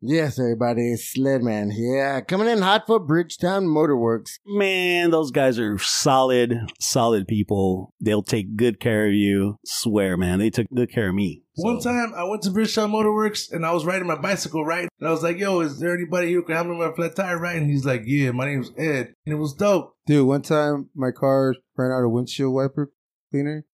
Yes, everybody, it's Sledman here. Coming in hot for Bridgetown Motorworks. Man, those guys are solid, solid people. They'll take good care of you. Swear, man. They took good care of me. One time I went to Bridgetown Motorworks and I was riding my bicycle, right? And I was like, yo, is there anybody who can help me with a flat tire, right? And he's like, yeah, my name's Ed. And it was dope. Dude, one time my car ran out of windshield wiper cleaner.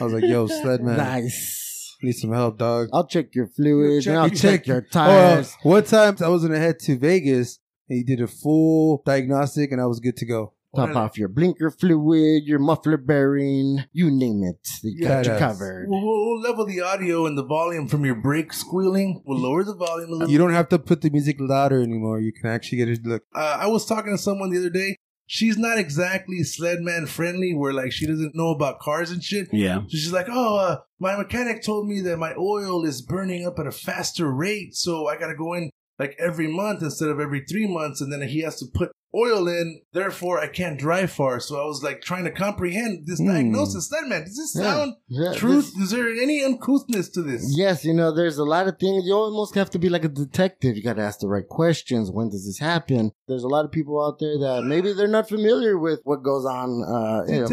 I was like, yo, sled man, Nice. need some help, dog. Oh, I'll check your fluids Check- and I'll you check, check- your Oh, tires. uh, one time I was gonna head to Vegas and he did a full diagnostic and I was good to go. Pop off your blinker fluid, your muffler bearing, you name it. They got you Badass. covered. We'll, we'll level the audio and the volume from your brake squealing. We'll lower the volume a little. You don't have to put the music louder anymore. You can actually get it. Look, uh, I was talking to someone the other day. She's not exactly Sledman friendly, where like she doesn't know about cars and shit. Yeah. So she's like, "Oh, uh, my mechanic told me that my oil is burning up at a faster rate, so I got to go in like every month instead of every three months, and then he has to put oil in. Therefore, I can't drive far." So I was like trying to comprehend this Hmm. diagnosis. That man, does this Yeah. sound Yeah, truth? is there any uncouthness to this? Yes, you know, there's a lot of things. You almost have to be like a detective. You got to ask the right questions. When does this happen? There's a lot of people out there that maybe they're not familiar with what goes on uh, you know, Detective,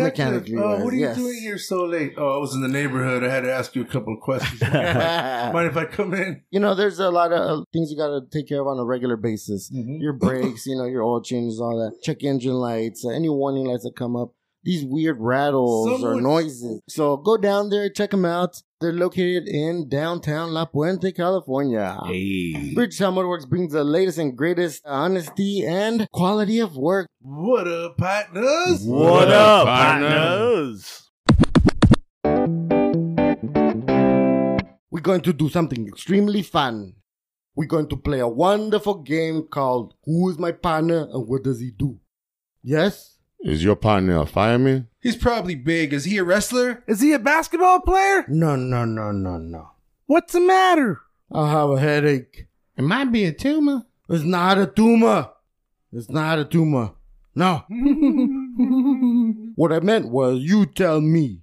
mechanically. uh, wise. what are you Yes. doing here so late? Oh, I was in the neighborhood. I had to ask you a couple of questions. Mind if I come in? you know, there's a lot of uh, things you got to take care of on a regular basis. Mhm. Your brakes, you know, your oil changes, all that. Check engine lights, uh, any warning lights that come up. These weird rattles or Someone- noises. So go down there, check them out. They're located in downtown La Puente, California. Hey. Bridgetown Motorworks brings the latest and greatest honesty and quality of work. What up, partners? What up, partners? We're going to do something extremely fun. We're going to play a wonderful game called Who is my partner and what does he do? Yes? Is your partner a fireman? he's probably big. Is he a wrestler? Is he a basketball player? No, no, no, no, no. What's the matter? I have a headache. It might be a tumor. It's not a tumor. It's not a tumor. No. what I meant was you tell me.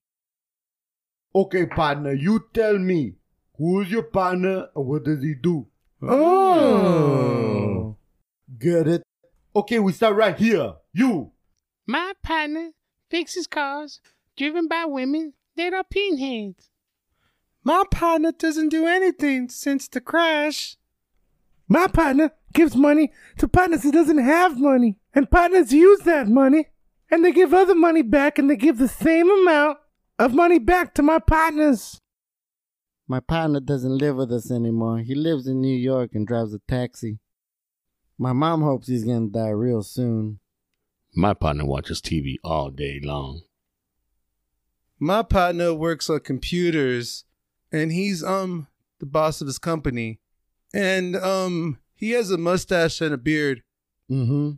Okay, partner, you tell me. Who is your partner and what does he do? Oh. Get it? Okay, we start right here. You. My partner fixes cars driven by women that are pinheads. My partner doesn't do anything since the crash. My partner gives money to partners who doesn't have money, and partners use that money, and they give other money back, and they give the same amount of money back to my partners. My partner doesn't live with us anymore. He lives in New York and drives a taxi. My mom hopes he's gonna die real soon. My partner watches TV all day long. My partner works on computers, and he's um the boss of his company, and um he has a mustache and a beard. Mm-hmm.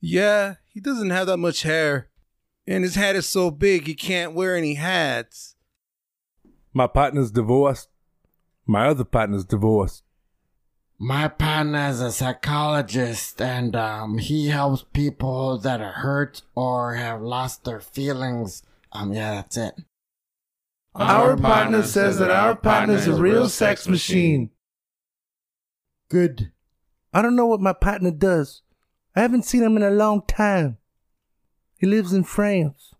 Yeah, he doesn't have that much hair. And his hat is so big he can't wear any hats. My partner's divorced. My other partner's divorced. My partner's a psychologist, and um, he helps people that are hurt or have lost their feelings. Um, yeah, that's it. Our partner says that our partner's a real sex machine. Good. I don't know what my partner does. I haven't seen him in a long time. He lives in France.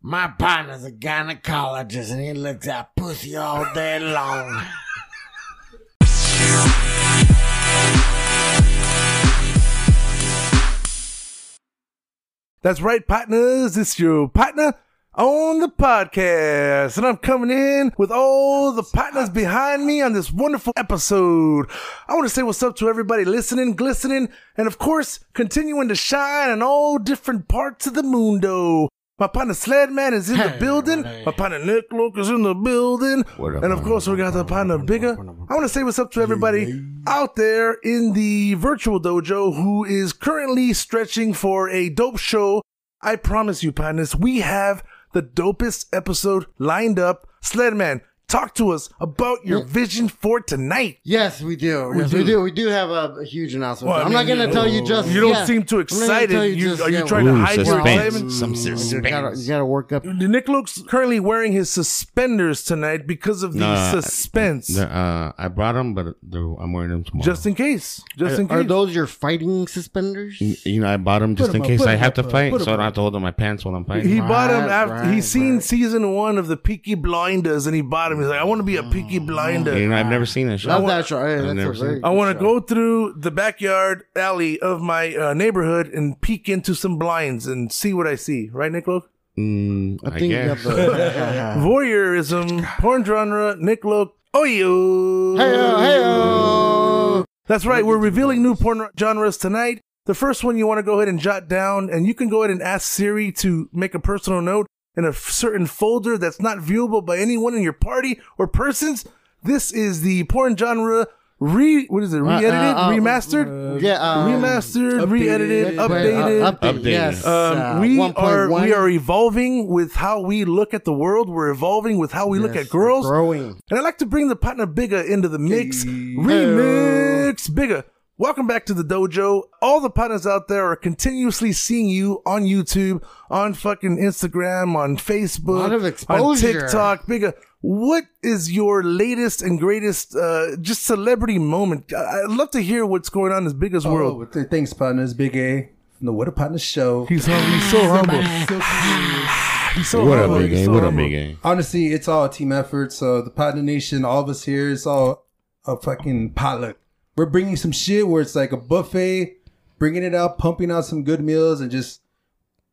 My partner's a gynecologist, and he looks at pussy all day long. That's right, partners. It's your partner on the podcast. And I'm coming in with all the partners behind me on this wonderful episode. I want to say what's up to everybody listening, glistening, and of course, continuing to shine in all different parts of the mundo. My partner Sledman is in the building. My partner Nick Loke is in the building. What up, and of man? course, we got the partner Bigger. I want to say what's up to everybody out there in the virtual dojo who is currently stretching for a dope show I promise you, partners, we have the dopest episode lined up. Sledman, talk to us about your vision for tonight. Yes, we do. We yes, we do. do. We do have a, a huge announcement. Well, I I'm not mean, going to tell you just. You don't yet. seem I'm too not gonna tell excited. You- just are you yet. trying to Well, hide your well, suspense. Some I'm- You gotta, suspense. you gotta work up. Nick Luke's currently wearing his suspenders tonight because of the Nah, I- suspense. The, uh, I brought them, but they're- I'm wearing them tomorrow. just in case. Just in Are, are case. those your fighting suspenders? you know, I bought them just 'em in up, case put I 'em have up, to uh, fight, put 'em so I don't up. have to hold on my pants while I'm fighting. he bought him Right, after right, he's seen right. season one of the Peaky Blinders, and he bought him. He's like, "I want to be a Peaky Blinder." Mm, you know, I've never seen a show. Love that show. Hey, I've that's never a seen very it. I good want show. to go through the backyard alley of my uh, neighborhood and peek into some blinds and see what I see. Right, Nick Loke? Mm, I, I think you guess. have Uh, the. Voyeurism, porn genre, Nick Loke. Oh, you. Heyo, heyo. That's right. We're revealing new porn genres tonight. The first one you want to go ahead and jot down, and you can go ahead and ask Siri to make a personal note in a certain folder that's not viewable by anyone in your party or persons. This is the porn genre re what is it? uh, Re-edited, uh, remastered, uh, yeah, um, remastered, re-edited, Wait, updated. uh, Updated. Yes. Um, uh, we 1.1. are we are evolving with how we look at the world. We're evolving with how we look Yes, at girls. Growing. And I'd like to bring the partner Bigger into the mix. Remix Bigger. Welcome back to the dojo. All the partners out there are continuously seeing you on YouTube, on fucking Instagram, Lot on of Facebook, on exposure. TikTok. Bigger, what is your latest and greatest uh, just celebrity moment? I- I'd love to hear what's going on in this biggest Oh, world. well, th- thanks, partners. Big A from the What a Partner Show. He's hungry. He's so humble. So cool. Oh, He's so what humble. a big He's game. so What a humble. big game. Honestly, it's all a team effort. So the Partner Nation, all of us here, it's all a fucking potluck. We're bringing some shit where it's like a buffet, bringing it out, pumping out some good meals, and just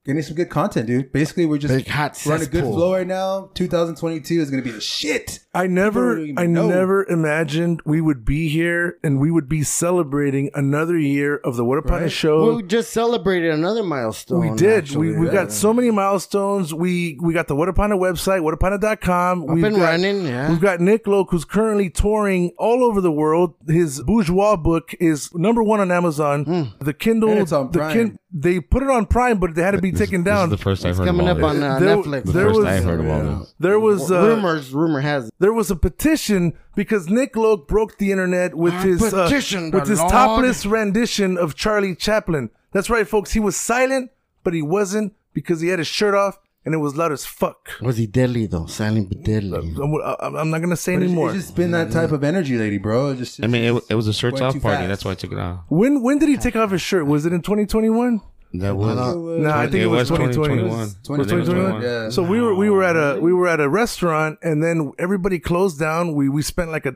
getting some good content, dude. Basically, we're just Big hot we're on a good cesspool. flow right now. 2022 is gonna be the shit. I never, don't even I know. never imagined we would be here and we would be celebrating another year of the What a Partner Show. Well, we just celebrated another milestone. we did. actually. we we Yeah. got so many milestones. We we got the What a Partner website, whatapana.com. Up We've and got, running, yeah. We've got Nick Loke, who's currently touring all over the world. His bourgeois book is number one on Amazon. Hmm. The Kindle, And it's on the Prime. they put it on Prime, but it had to be taken This is down. the first I've heard Coming of up all on this. uh, There- Netflix. The there first was- I've heard of all Yeah. this. there was uh, rumors. Rumor has it. there was a petition because Nick Loke broke the internet with I his uh, petitioned with the his Lord. topless rendition of Charlie Chaplin. That's right, folks. He was silent, but he wasn't because he had his shirt off and it was loud as fuck. Was he deadly though? Silent but deadly. I'm, I'm- I'm not gonna say But it's, anymore. it's just been that type of energy, lady, bro. It just, I mean, it, it was a shirts Way off too party. fast. That's why I took it off. when when did he take off his shirt? Was it in 2021? That was. No, I think it was 2021. 2021. 2021. Yeah. Yeah. So we were we were at a we were at a restaurant and then everybody closed down. We we spent like a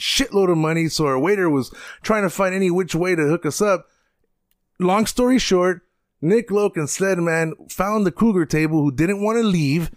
shitload of money, so our waiter was trying to find any which way to hook us up. Long story short, Nick Loke and Sledman found the cougar table who didn't want to leave.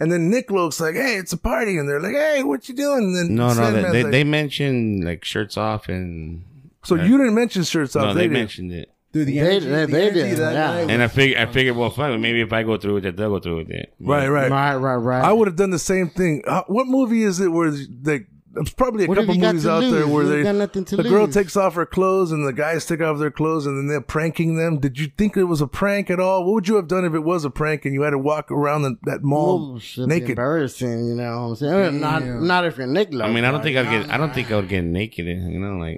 And then Nick Loke's like, "Hey, it's a party," and they're like, "Hey, what you doing?" And then No, no, Sledman's they, they, like- they mentioned like shirts off and. so you didn't mention shirts off. No, they did. mentioned it. Dude, the They- energy, they- the they energy did, that yeah. night And I figured, I figured, well, fuck, maybe if I go through with it, they'll go through with it. Right, right. Right, right, right. I would have done the same thing. Uh, what movie is it where like there's probably a What have couple you got movies to out there lose? where You they got nothing to the girl lose. takes off her clothes and the guys take off their clothes and then they're pranking them. Did you think it was a prank at all? What would you have done if it was a prank and you had to walk around the, that mall Oh, shit, naked? embarrassing, you know what I'm saying? Not, not if you're Nick Lowe. I mean, Oh, I don't think I'd get, I don't think I would get naked, you know, like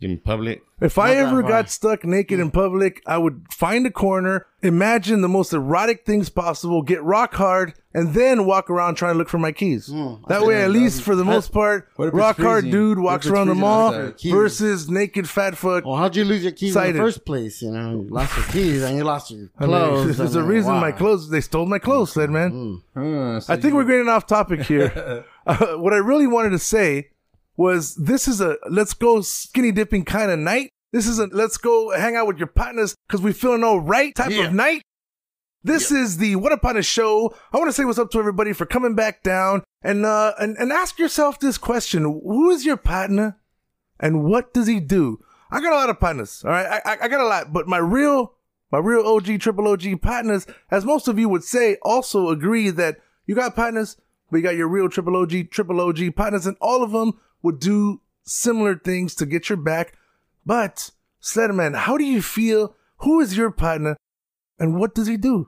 in public. If Not I that ever far. got stuck naked in public, I would find a corner, imagine the most erotic things possible, get rock hard, and then walk around trying to look for my keys. Hmm, that way, at least for the most part, What if it's rock hard freezing? dude What walks if it's around the freezing mall outside? Keys. versus naked fat fuck. Oh, Well, how'd you lose your keys in Excited. the first place? You know, you lost your keys and you lost your I mean, clothes. there's I a mean, reason why? Hmm. my clothes, they stole my clothes, said man. Huh, so I think you- we're getting off topic here. uh, what I really wanted to say was this is a let's go skinny dipping kind of night. This is a let's go hang out with your partners because we feeling all right type of night. This is the What a Partner show. I want to say what's up to everybody for coming back down and uh and, and ask yourself this question: Who is your partner, and what does he do? I got a lot of partners. All right, I I, I got a lot, but my real my real OG triple OG partners, as most of you would say, also agree that you got partners, but you got your real triple OG triple OG partners, and all of them would do similar things to get your back. But Slenderman, how do you feel? Who is your partner, and what does he do?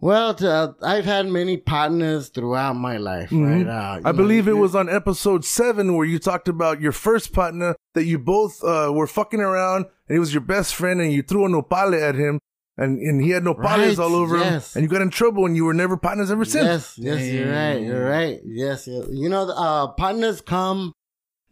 Well, t- uh, I've had many partners throughout my life, right? Mhm. Uh, I you believe know, it was on episode seven where you talked about your first partner that you both uh, were fucking around and he was your best friend and you threw a nopale at him and, and he had nopales Right, all over yes. him and you got in trouble and you were never partners ever Yes, since. yes, you're right. You're right. Yes, yes. You know, uh, partners come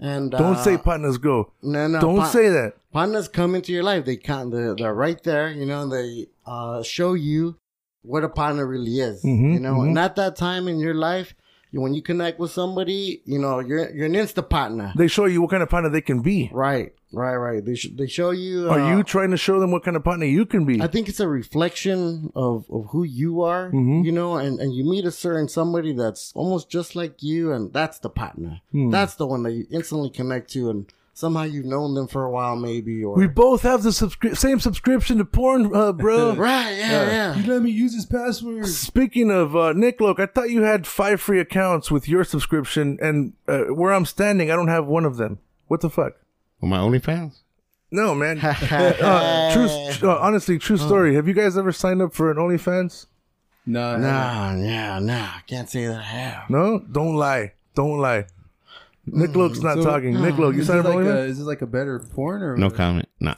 and uh, Don't say partners go. No, no. Don't pa- say that. Partners come into your life. They can't. They're, they're right there. You know, and they uh, show you what a partner really is. Mhm, you know, and at that time in your life, you- when you connect with somebody, you know, you're you're an insta partner. They show you what kind of partner they can be. Right, right, right. They sh- they show you. uh, Are you trying to show them what kind of partner you can be? I think it's a reflection of, of who you are, Mhm. you know, and, and you meet a certain somebody that's almost just like you, and that's the partner. Hmm. That's the one that you instantly connect to, and somehow you've known them for a while, maybe, or we both have the subscri- same subscription to porn, uh, bro. right, yeah, yeah. He let me use his password. Speaking of uh, Nick, look, I thought you had five free accounts with your subscription, and uh, where I'm standing, I don't have one of them. What the fuck? On my OnlyFans? No, man. uh, true, s- uh, honestly, true story. Have you guys ever signed up for an OnlyFans? Nah, Nah, nah, nah. I can't say that I have. No, don't lie. Don't lie. Nick Loke's not So- talking. Nick Loke, you Is, signed this up for like OnlyFans? a, is this like a better porn or No comment. Nah.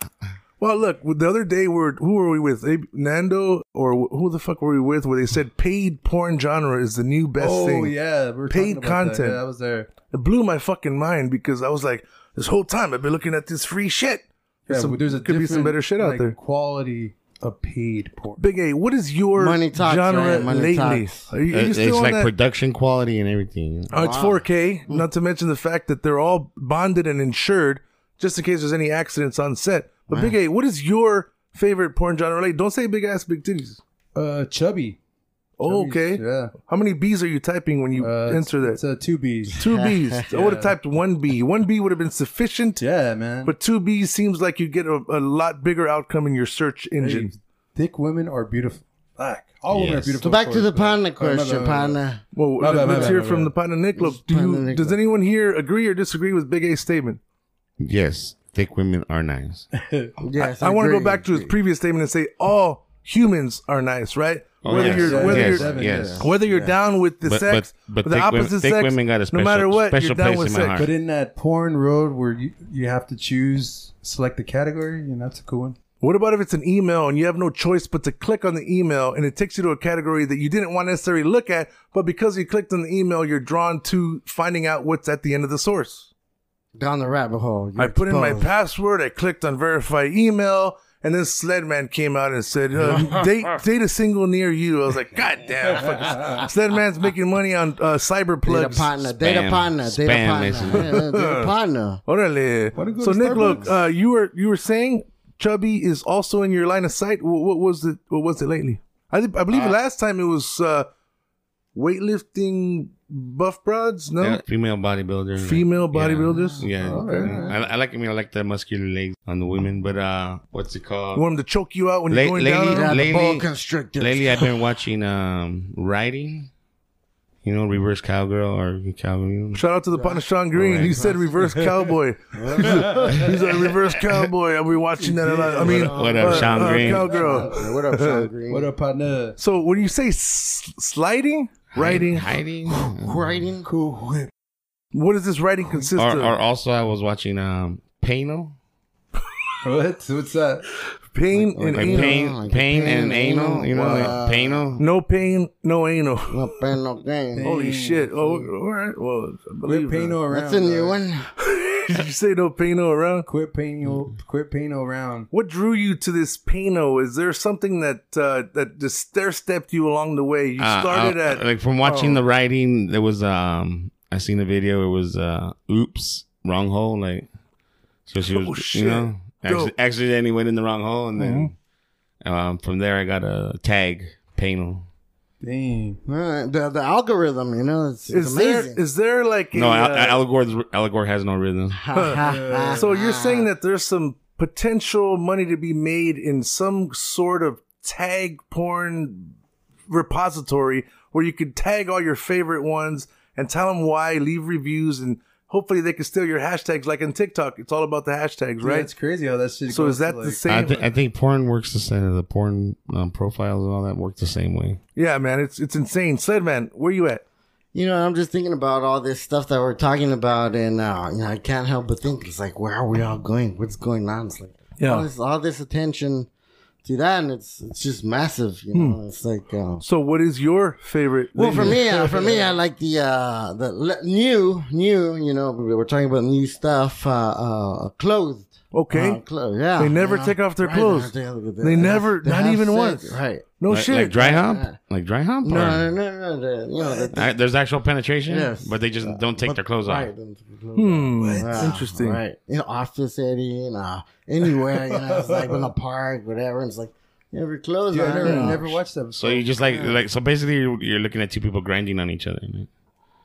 Well, look, the other day we were who were we with? Abe, Nando or wh- who the fuck were we with? Where they said paid porn genre is the new best oh thing. yeah, we we're Paid talking about that. content. Yeah, I was there. It blew my fucking mind because I was like, this whole time I've been looking at this free shit. Yeah, Some- but there's a could be some different, better shit out like, there. Quality of paid porn. Big A, what is your Money talks, genre right? Money lately? talks. Are you, are you It- still Uh, it's on like that? production quality and everything. Oh, it's 4K. Not to mention the fact that they're all bonded and insured, just in case there's any accidents on set. But Big A, what is your favorite porn genre? lately? don't say big ass, big titties. Uh, chubby. Oh, okay. Chubby's- Yeah. How many B's are you typing when you Uh, answer that? It's a two B's. Two B's. I would have typed one B. One B would have been sufficient, Yeah, man. but two B's seems like you get a, a lot bigger outcome in your search engine. Hey, thick women are beautiful. Fuck. All women are Yes. So beautiful. back of to course, the but- partner Oh, my bad, question, my bad. partner. Well, My bad, my let's bad, hear my from bad. the partner Nick. Look, do Partner you, Nick does Look. anyone here agree or disagree with Big A's statement? Yes, thick women are nice. Yes, I, want to go agree, back to his agree. previous statement and say all humans are nice, right? Oh, whether yes, you're yeah, whether yeah, yes, you're seven, yes. yeah. whether you're down with the But- sex, but- but the thick women- opposite thick sex, women got a no special- matter what, you're special down place with in my sex. heart. But in that porn road where you, you have to choose, select the category, and that's a cool one. What about if it's an email and you have no choice but to click on the email and it takes you to a category that you didn't want to necessarily look at, but because you clicked on the email, you're drawn to finding out what's at the end of the source. down the rabbit hole. You're I put in my exposed. password, I clicked on verify email, and then Sledman came out and said, uh, date, date a single near you. I was like, God damn. fucking- Sledman's making money on uh, cyber Data plugs. partner, data Spam. partner, data Spam partner, message. Yeah, yeah, data partner. Orale. Wanna go So to Nick, look, Starbucks? uh, you were you were saying Chubby is also in your line of sight. What, what was it? What was it lately? I thi- I believe last time it was uh, weightlifting buff broads. No, Yeah, female bodybuilders. female Yeah. bodybuilders. Yeah, I, I like. I mean, I like the muscular legs on the women, but uh, what's it called? You want them to choke you out when La- you're going lady- down. on 'em? Yeah, the boa Lately- constrictors. Lately, I've been watching um riding. You know, reverse cowgirl or cowgirl. You know? Shout out to the partner Sean Green. He said reverse cowboy. he's, a, he's a reverse cowboy. I'll be watching that a lot. I mean, What up, uh, Sean uh, Green? Cowgirl. Yeah, what up, Sean Green? What up, partner? So when you say s- sliding, writing, hiding. Writing? Cool. what does this writing consist or, of? or also, I was watching um Painal. What? What's that? pain and like anal. pain, like pain, pain and and anal. anal. You know, Wow. like painal. No pain, no anal. No pain, no gain. Holy shit! Oh, all right. Well, I Quit believe paying that. no around. That's a new dog. one. Did you say no pain, no around? Quit paying no. Quit paying no around. What drew you to this paino? Is there something that uh, that just stair stepped you along the way? You Uh, started uh, at like from watching oh. the writing. There was um, I seen a video. It was uh, oops, wrong hole. Like so, she Oh, was shit. you know Dope. Mm-hmm. acc- accidentally went in the wrong hole, and then Um, from there, I got a tag panel. Dang. Uh, the, the algorithm, you know, it's, it's Is there amazing. is there like No, a, Al- uh, Al Gore's- Al Gore has no rhythm. so you're Uh-huh. saying that there's some potential money to be made in some sort of tag porn repository where you could tag all your favorite ones and tell them why, leave reviews, and hopefully they can steal your hashtags. Like in TikTok, it's all about the hashtags, Right? right? It's crazy how that shit so goes is that to, the like- I, same? th- I think porn works the same. The porn um, profiles and all that work the same way. yeah, man, it's it's insane. Sled man, where you at? you know, I'm just thinking about all this stuff that we're talking about, and uh, you know, I can't help but think it's like, where are we all going? What's going on? It's like all this all this attention to that, and it's it's just massive. You know, it's like. Uh, So what is your favorite? Well, for lady? me, uh, for me, I like the uh, the le- new, new. You know, we we're talking about new stuff. Uh, uh, clothed. okay. Uh, clo- yeah. They never yeah. take off their Right, clothes. They, have- They never- not have even once. Right. no like, Oh, shit. like dry hump, like dry hump. No, or- no, no, no. The, you know, the, I- there's actual penetration, Yes. Uh, but they just don't take but- their clothes right, off. don't take their clothes Hmm, off. that's Yeah, interesting. Right. In office, Eddie, and uh, anywhere, you know, it's like in the park, whatever. And it's like, you have your clothes on. Dude, I never, you know. never watched that. So before. you just like like so basically you're, you're looking at two people grinding on each other. right?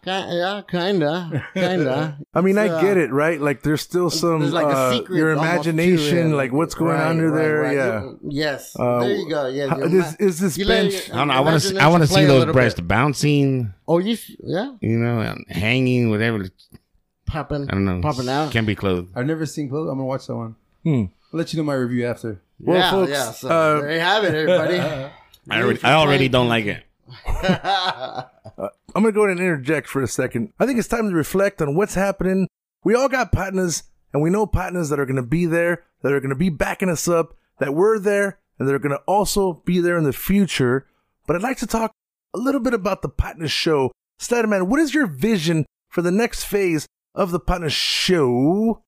Ki- yeah, kinda, kinda. I mean, I It's, uh, get it, right? Like, there's still some There's like a uh, secret your almost to it. imagination, like what's going Right, under right, there. right. Yeah. You- yes. Uh, there you go. Yeah. how- your this- ma- is this you let bench- your I don't know. I want to I imagination want to see play a those little breasts bit. bouncing, Oh, you s- yeah, you know, and hanging, whatever. popping. I don't know, popping out. Can't be clothed. I've never seen clothes. I'm gonna watch that one. Hmm. I'll let you know my review after. Well, yeah, folks, yeah. So uh, there you have it, everybody. I already, I already don't like it. I'm gonna go ahead and interject for a second. I think it's time to reflect on what's happening. We all got partners, and we know partners that are gonna be there, that are gonna be backing us up, that were there, and that are gonna also be there in the future. But I'd like to talk a little bit about the partner show. Sliderman, what is your vision for the next phase of the partner show?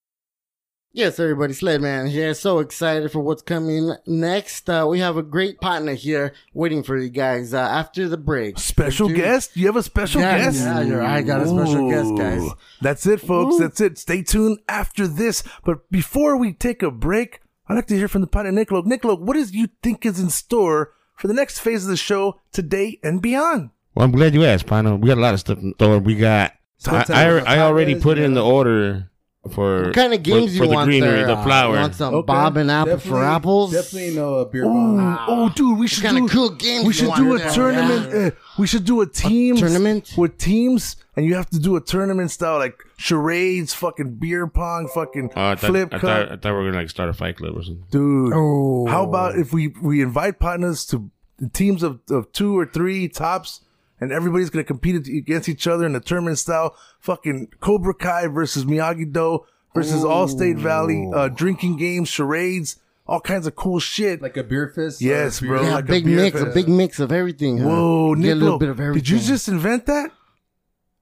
Yes, everybody, Sled Man here. So excited for what's coming next. Uh, we have a great partner here waiting for you guys uh, after the break. Special Dude. guest? You have a special Yeah, guest? yeah, you're right. I got a special guest, guys. That's it, folks. That's it. Stay tuned after this. But before we take a break, I'd like to hear from the partner, Niccolo. Niccolo, what does you think is in store for the next phase of the show today and beyond? Well, I'm glad you asked, Pano. We got a lot of stuff in store. We got. I, I, I already put in the order for What kind of games for, you for the want? greenery, there? the Uh, flower. you want some bob and apple Definitely- for apples? Definitely no uh, beer Oh, bong. oh, dude, we should kind do of cool games. we you should want do a there, tournament. yeah? uh, we should do a team tournament? with teams, and you have to do a tournament style like charades, fucking beer pong, fucking Oh, I thought, flip I, cup. thought, I thought we were gonna like start a fight club or something. dude. Oh. How about if we we invite partners to teams of, of two or three tops, and everybody's gonna compete against each other in a tournament style, fucking Cobra Kai versus Miyagi Do versus Allstate Valley, uh, drinking games, charades, all kinds of cool shit. Like a beer fist. or Yes, a beer- bro. Yeah, like a big beer mix, a fest. big mix of everything. huh? Whoa, Get a little Niccolo, bit of everything. did you just invent that?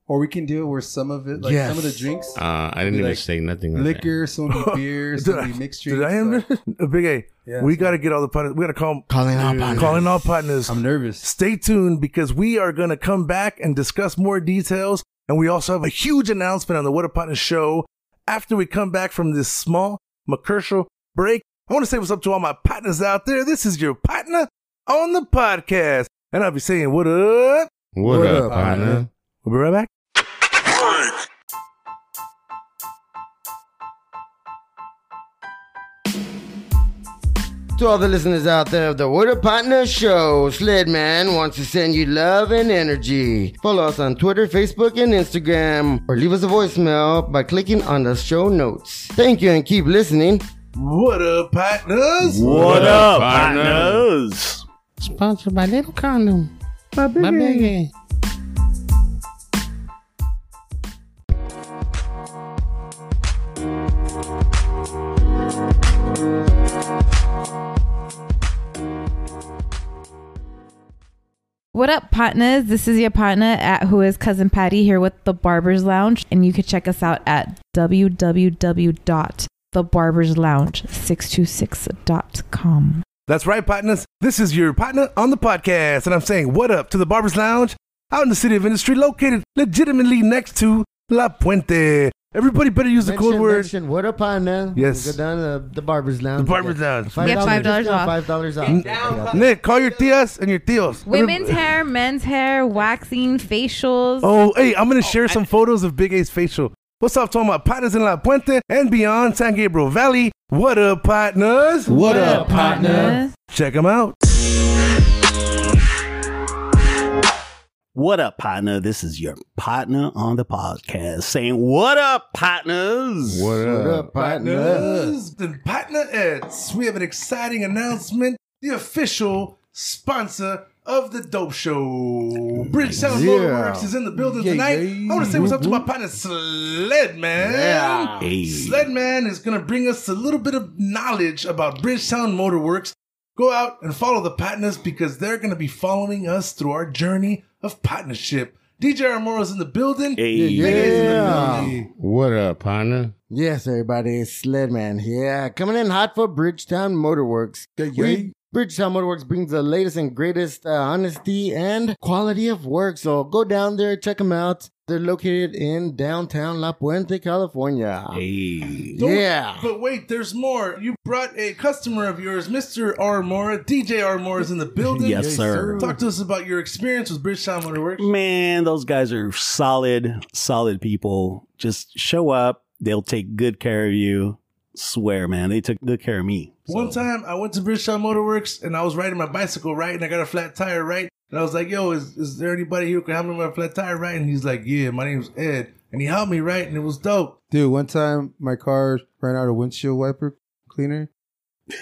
Or we can do it where some of it, like Yes. some of the drinks, Ah, Uh, I didn't even like say nothing. Like that. liquor, some of the beer, Did some I- of the mixed did drinks. I invent like- it? Big A? Yeah, we so- got to get all the partners. We got to call calling out partners? calling all partners. I'm nervous. Stay tuned because we are going to come back and discuss more details. And we also have a huge announcement on the What a Partner show after we come back from this small McCurshal break. I want to say what's up to all my partners out there. This is your partner on the podcast. And I'll be saying, What up? What, What up, up, partner? partner? We'll be right back. To all the listeners out there of the What a Partner Show, Sledman wants to send you love and energy. Follow us on Twitter, Facebook, and Instagram, or leave us a voicemail by clicking on the show notes. Thank you and keep listening. What up, partners? What up, up, partners? Sponsored by Little Condom. My biggie. What up, partners? This is your partner at Who is Cousin Patty here with The Barber's Lounge, and you can check us out at www.thebarberslounge626.com. That's right, partners. This is your partner on the podcast, and I'm saying what up to the Barber's Lounge out in the city of industry, located legitimately next to La Puente. Everybody better use the code Mention- word. mention what up, partner? Yes. Go down to the barber's lounge. The barber's lounge. Five Get dollars $5 discount, off. Five dollars off. Nick, call your tias and your tios. Women's Everybody- hair, men's hair, waxing, facials. Oh, hey, I'm gonna share some photos of Big A's facial. What's up, talking about partners in La Puente and beyond San Gabriel Valley? What up, partners? What up, partner? Check them out. What up, partner? This is your partner on the podcast saying, What up, partners? What up, Partners and partner Eds, we have an exciting announcement. The official sponsor of the Dope Show, Bridgetown Yeah. Motorworks is in the building Yeah, tonight. yeah. I want to say what's up to my partner Sled Man. Sled Man is going to bring us a little bit of knowledge about Bridgetown Motorworks. Go out and follow the partners because they're going to be following us through our journey of partnership. DJ Armoro's in the building. Big A's in the building. Yeah. What up, partner? Yes, everybody. It's Sledman here. Coming in hot for Bridgetown Motorworks. We, Bridgetown Motorworks brings the latest and greatest uh, honesty and quality of work. So go down there, check them out. They're located in downtown La Puente, California. Don't- Yeah. But wait, there's more. You brought a customer of yours, Mr. Armora, DJ Armora's in the building. Yes, Yes, sir. sir. Talk to us about your experience with Bridgetown Motorworks. Man, those guys are solid, solid people. Just show up. They'll take good care of you. Swear, man. They took good care of me. One time I went to Bridgetown Motorworks and I was riding my bicycle right and I got a flat tire right. And I was like, yo, is, is there anybody here who can help me with a flat tire right? And he's like, yeah, my name's Ed. And he helped me right and it was dope. Dude, one time my car ran out of windshield wiper cleaner.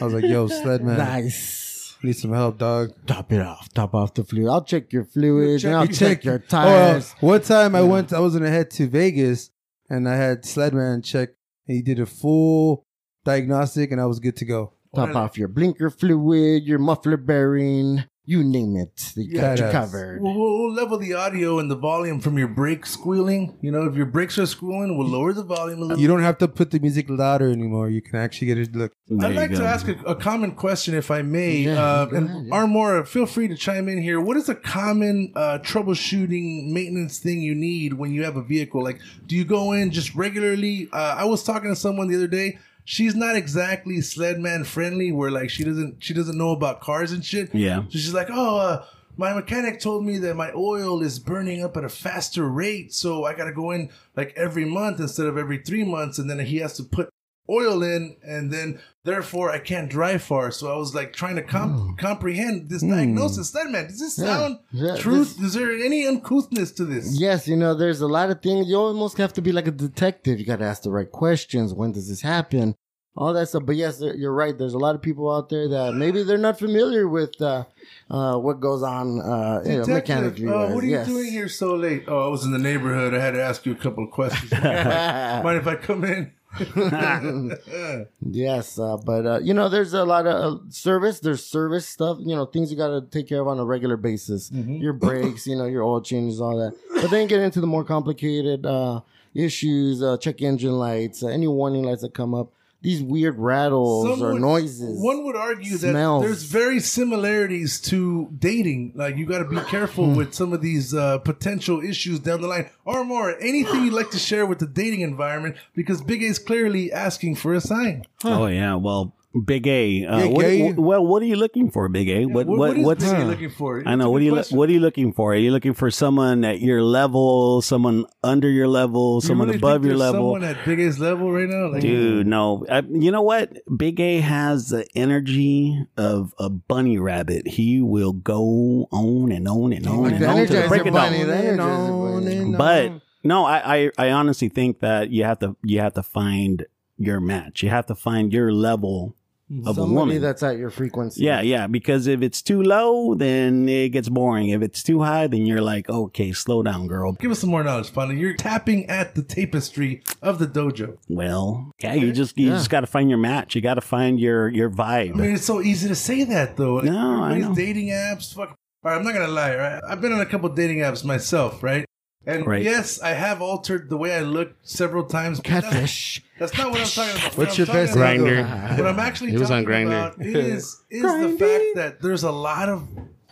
I was like, yo, sled man, Nice. need some help, dog. Top it off. Top off the fluid. I'll check your fluids. and I'll You check, your Oh, well, tires. one time I went, I was gonna head to Vegas, and I had Sledman check. And he did a full diagnostic, and I was good to go. top off your blinker fluid, your muffler bearing. You name it. They got you Badass. covered. We'll, we'll we'll level the audio and the volume from your brake squealing. You know, if your brakes are squealing, we'll lower the volume a little You don't have to put the music louder anymore. You can actually get it. Look, There I'd you like go. to ask a, a common question, if I may. Yeah, uh, go and ahead, yeah. Armora, feel free to chime in here. What is a common uh, troubleshooting maintenance thing you need when you have a vehicle? Like, do you go in just regularly? Uh, I was talking to someone the other day. She's not exactly sledman friendly, where like she doesn't she doesn't know about cars and shit. Yeah. So she's like, oh, uh, my mechanic told me that my oil is burning up at a faster rate, so I got to go in like every month instead of every three months, and then he has to put oil in, and then therefore I can't drive far. So I was like trying to comp- comprehend this diagnosis. That man, does this Hmm. Yeah. sound Yeah, truth? is there any uncouthness to this? Yes, you know, there's a lot of things. You almost have to be like a detective. You got to ask the right questions. When does this happen? All that stuff. But yes, there- you're right. There's a lot of people out there that maybe they're not familiar with uh, uh, what goes on uh, you know, Detective, mechanically. uh, wise. what are you Yes. doing here so late? Oh, I was in the neighborhood. I had to ask you a couple of questions. Mind if I come in? Yes, uh, but uh, you know, there's a lot of uh, service. There's service stuff. You know, things you got to take care of on a regular basis. Mm-hmm. Your brakes, you know, your oil changes, all that. But then get into the more complicated uh, issues. Uh, check engine lights, uh, any warning lights that come up. These weird rattles Some or would- noises. One would argue that Smells. there's very similarities to dating. Like you got to be careful Hmm. with some of these uh, potential issues down the line. Or more, anything you'd like to share with the dating environment because Big A's clearly asking for a sign. Oh, yeah. Well, Big A. Uh, Big what, A. wh- well, what are you looking for, Big A? What, What- what, what is what's, Big A looking for? I know. What are you It's a good What are you looking for? Are you looking for someone at your level, someone under your level, You someone really above think your there's level? Someone at Big A's level right now, like, Dude, no. I, you know what? Big A has the energy of a bunny rabbit. He will go on and on and on like and the on to the Energizer break of Bunny, dawn. the Energizer Bunny. But no, I, I I honestly think that you have to you have to find your match. You have to find your level of a Somebody woman. that's at your frequency. yeah, yeah. Because if it's too low, then it gets boring. If it's too high, then you're like, okay, slow down, girl. Give us some more knowledge, Fonda. You're tapping at the tapestry of the dojo. Well, yeah, you just you just got to find your match. You got to find your your vibe. I mean, it's so easy to say that though. Like, No, I everybody's know. dating apps. Fuck. All right, I'm not gonna lie. Right, I've been on a couple dating apps myself. Right, and Right. yes, I have altered the way I look several times. but that's- Catfish. That's, not what I'm talking about. What What's your I'm talking best about- Grinder. What I'm actually It was on talking Grindr. about is is the fact that there's a lot of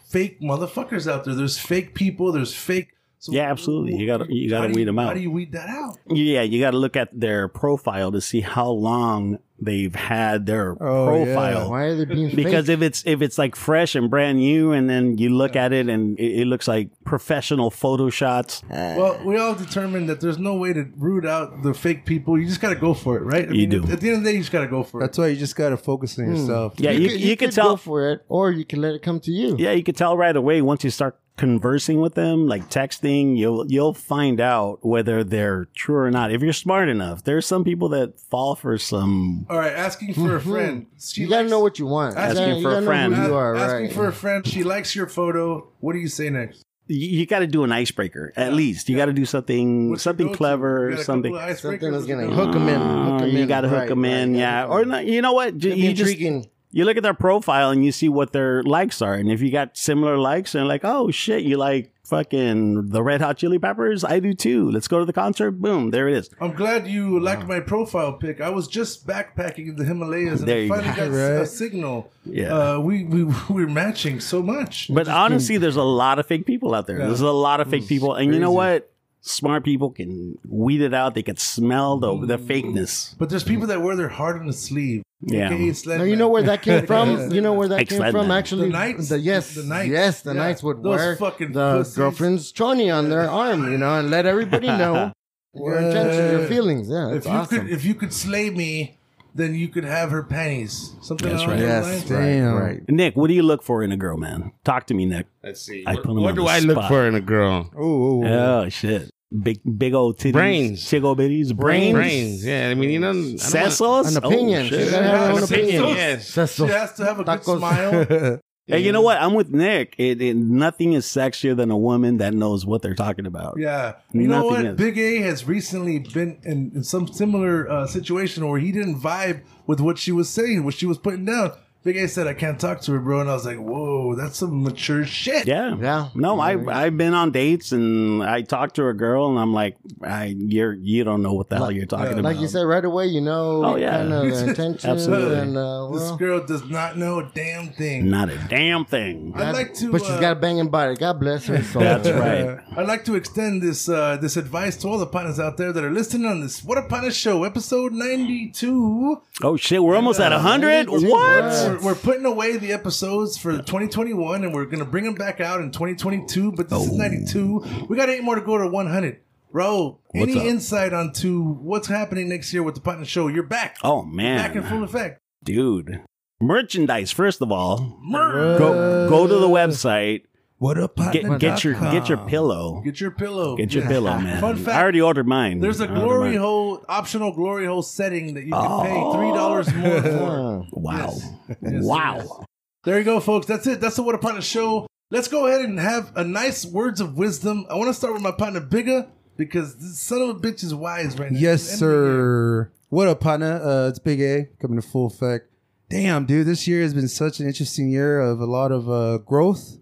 fake motherfuckers out there. There's fake people. There's fake yeah, absolutely. You got to you got to How do weed them How out. do you weed that out? yeah, you got to look at their profile to see how long they've had their yeah. profile. Why are they being Because fake? if it's if it's like fresh and brand new, and then you look at it and it, it looks like professional photo shots. Well, we all determined that there's no way to root out the fake people. You just got to go for it, right? I You do. At, at the end of the day, you just got to go for it. That's why you just gotta focus Hmm. on yourself. Yeah, you, you, can could tell go for it, or you can let it come to you. Yeah, you can tell right away once you start conversing with them, like texting, you'll you'll find out whether they're true or not. If you're smart enough, there's some people that fall for some All right, asking for a friend. She Mm-hmm. you gotta likes- know what you want. Asking Yeah, you for a gotta know friend. who you are, asking right? for a friend. She likes your photo. What do you say next? you, you got to do an icebreaker at least. You got to do something What's your something go-to? clever You or got a something. couple of icebreakers? Something that's gonna What's your hook them in. Uh, Hook 'em you in, got to hook right, them in, right, yeah. right. Or not, you know what? Ju- Could be You just intriguing. you look at their profile and you see what their likes are, and if you got similar likes, and like, oh shit, you like fucking the Red Hot Chili Peppers? I do too. Let's go to the concert. Boom, there it is. I'm glad you liked my profile pic. I was just backpacking in the Himalayas and There I you go. finally got s- a signal. Yeah. Uh, we, we, we're matching so much. But honestly, there's a lot of fake people out there. There's a lot of fake people, and you know what? Smart people can weed it out. They can smell the the fakeness. But there's people that wear their heart on the sleeve. Yeah. AKA Now, Slenderman. you know where that came from? Excellent. You know where that came Excellent. from? Actually, The knights? The, yes, The knights. Yes, the Yeah. knights would Those wear fucking the pussies. girlfriend's choni on their arm, you know, and let everybody know your intentions, your feelings. Yeah, that's if you awesome. could if you could slay me, then you could have her panties. Something That's along right. those yes, lines. damn. Right, Nick, what do you look for in a girl, man? Talk to me, Nick. Let's see. I What, put 'em what on do the I look spot. for in a girl? Ooh, Oh shit! Big big old titties, Brains. big old bitties, brains, Brains. Yeah, I mean, you know, I don't wanna- Cecils? An opinion. Oh, She's shit. gotta have her Yeah, own an opinion. opinion. Yes. Cecil. She has to have a good Tacos. smile. Hey, you know what? I'm with Nick. It, it, nothing is sexier than a woman that knows what they're talking about. Yeah. You know Nothing what? is. Big A has recently been in, in some similar uh, situation where he didn't vibe with what she was saying, what she was putting down. Big A said, I can't talk to her, bro. And I was like, whoa, that's some mature shit. Yeah. Yeah. No, I I've been on dates and I talked to a girl and I'm like, I you're you don't know what the hell you're talking about. Like you said, right away, you know, Oh, yeah. kind of the intentions Absolutely. and uh, This well, girl does not know a damn thing. Not a damn thing. I'd like to. but she's uh, got a banging body. God bless her soul. That's right. I'd like to extend this uh, this advice to all the partners out there that are listening on this What a Partner Show, episode 92. Oh shit, we're almost at a hundred. we're- What? We're, we're putting away the episodes for 2021 and we're going to bring them back out in 2022, but this is Oh. 92. We got eight more to go to 100. Bro, any up? insight onto what's happening next year with the Partner Show? You're back. Oh Back in man, full effect. dude. Merchandise. First of all, Mer- go go to the website. What a partner. Get get your get your pillow. Get your pillow. Get your pillow, man. Fun fact. I already ordered mine. There's a I ordered glory mine. hole, optional glory hole setting that you can pay three dollars Oh. more for. Wow. Yes, wow. There you go, folks. That's it. That's the What a Partner show. Let's go ahead and have a nice words of wisdom. I want to start with my partner Bigger because this son of a bitch is wise right now. Yes, End of the year. sir. What up, partner? Uh, it's Big A coming to full effect. Damn, dude, this year has been such an interesting year of a lot of uh, growth,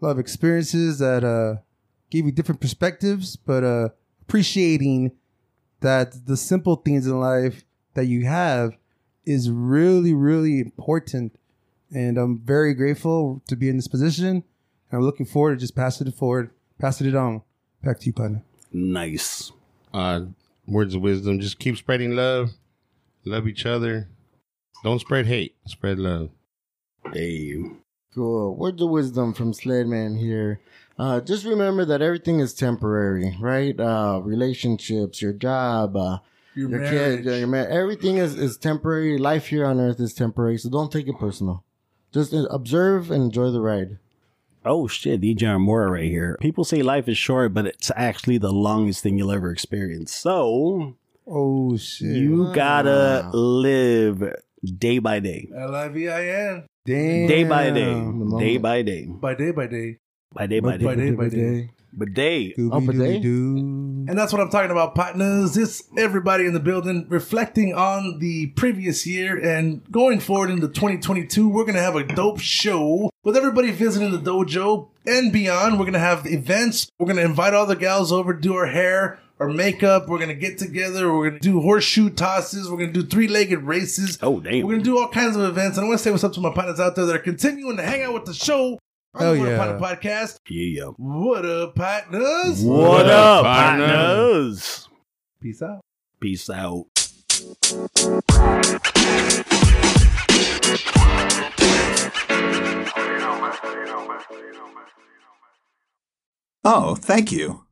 a lot of experiences that uh, gave you different perspectives, but uh, appreciating that the simple things in life that you have is really, really important. And I'm very grateful to be in this position. I'm looking forward to just passing it forward, passing it on. Back to you, partner. Nice. uh, words of wisdom. Just keep spreading love. Love each other. Don't spread hate. Spread love. Hey. Cool. Words of wisdom from Sledman here. Uh, just remember that everything is temporary, right? Uh, relationships, your job, uh, your, kid, your man, everything is, is temporary. Life here on earth is temporary, so don't take it personal. Just uh, observe and enjoy the ride. Oh shit, DJ Armora right here. People say life is short, but it's actually the longest thing you'll ever experience. So Oh, shit. you gotta live day by day, L I V I N. Damn. day by day, moment. day by day, By day by day. by day by By day, day by day. but day. Up a day? Scooby-Dooby-Doo. And that's what I'm talking about, partners. It's everybody in the building reflecting on the previous year and going forward into 2022. We're going to have a dope show with everybody visiting the dojo and beyond. We're going to have events. We're going to invite all the gals over to do our hair, our makeup. We're going to get together. We're going to do horseshoe tosses. We're going to do three legged races. Oh damn! We're going to do all kinds of events. And I want to say what's up to my partners out there that are continuing to hang out with the show. on Hell the What yeah. Up Partner podcast. Yeah. What up, partners? What, up, partners? Peace out. Peace out. Oh, thank you.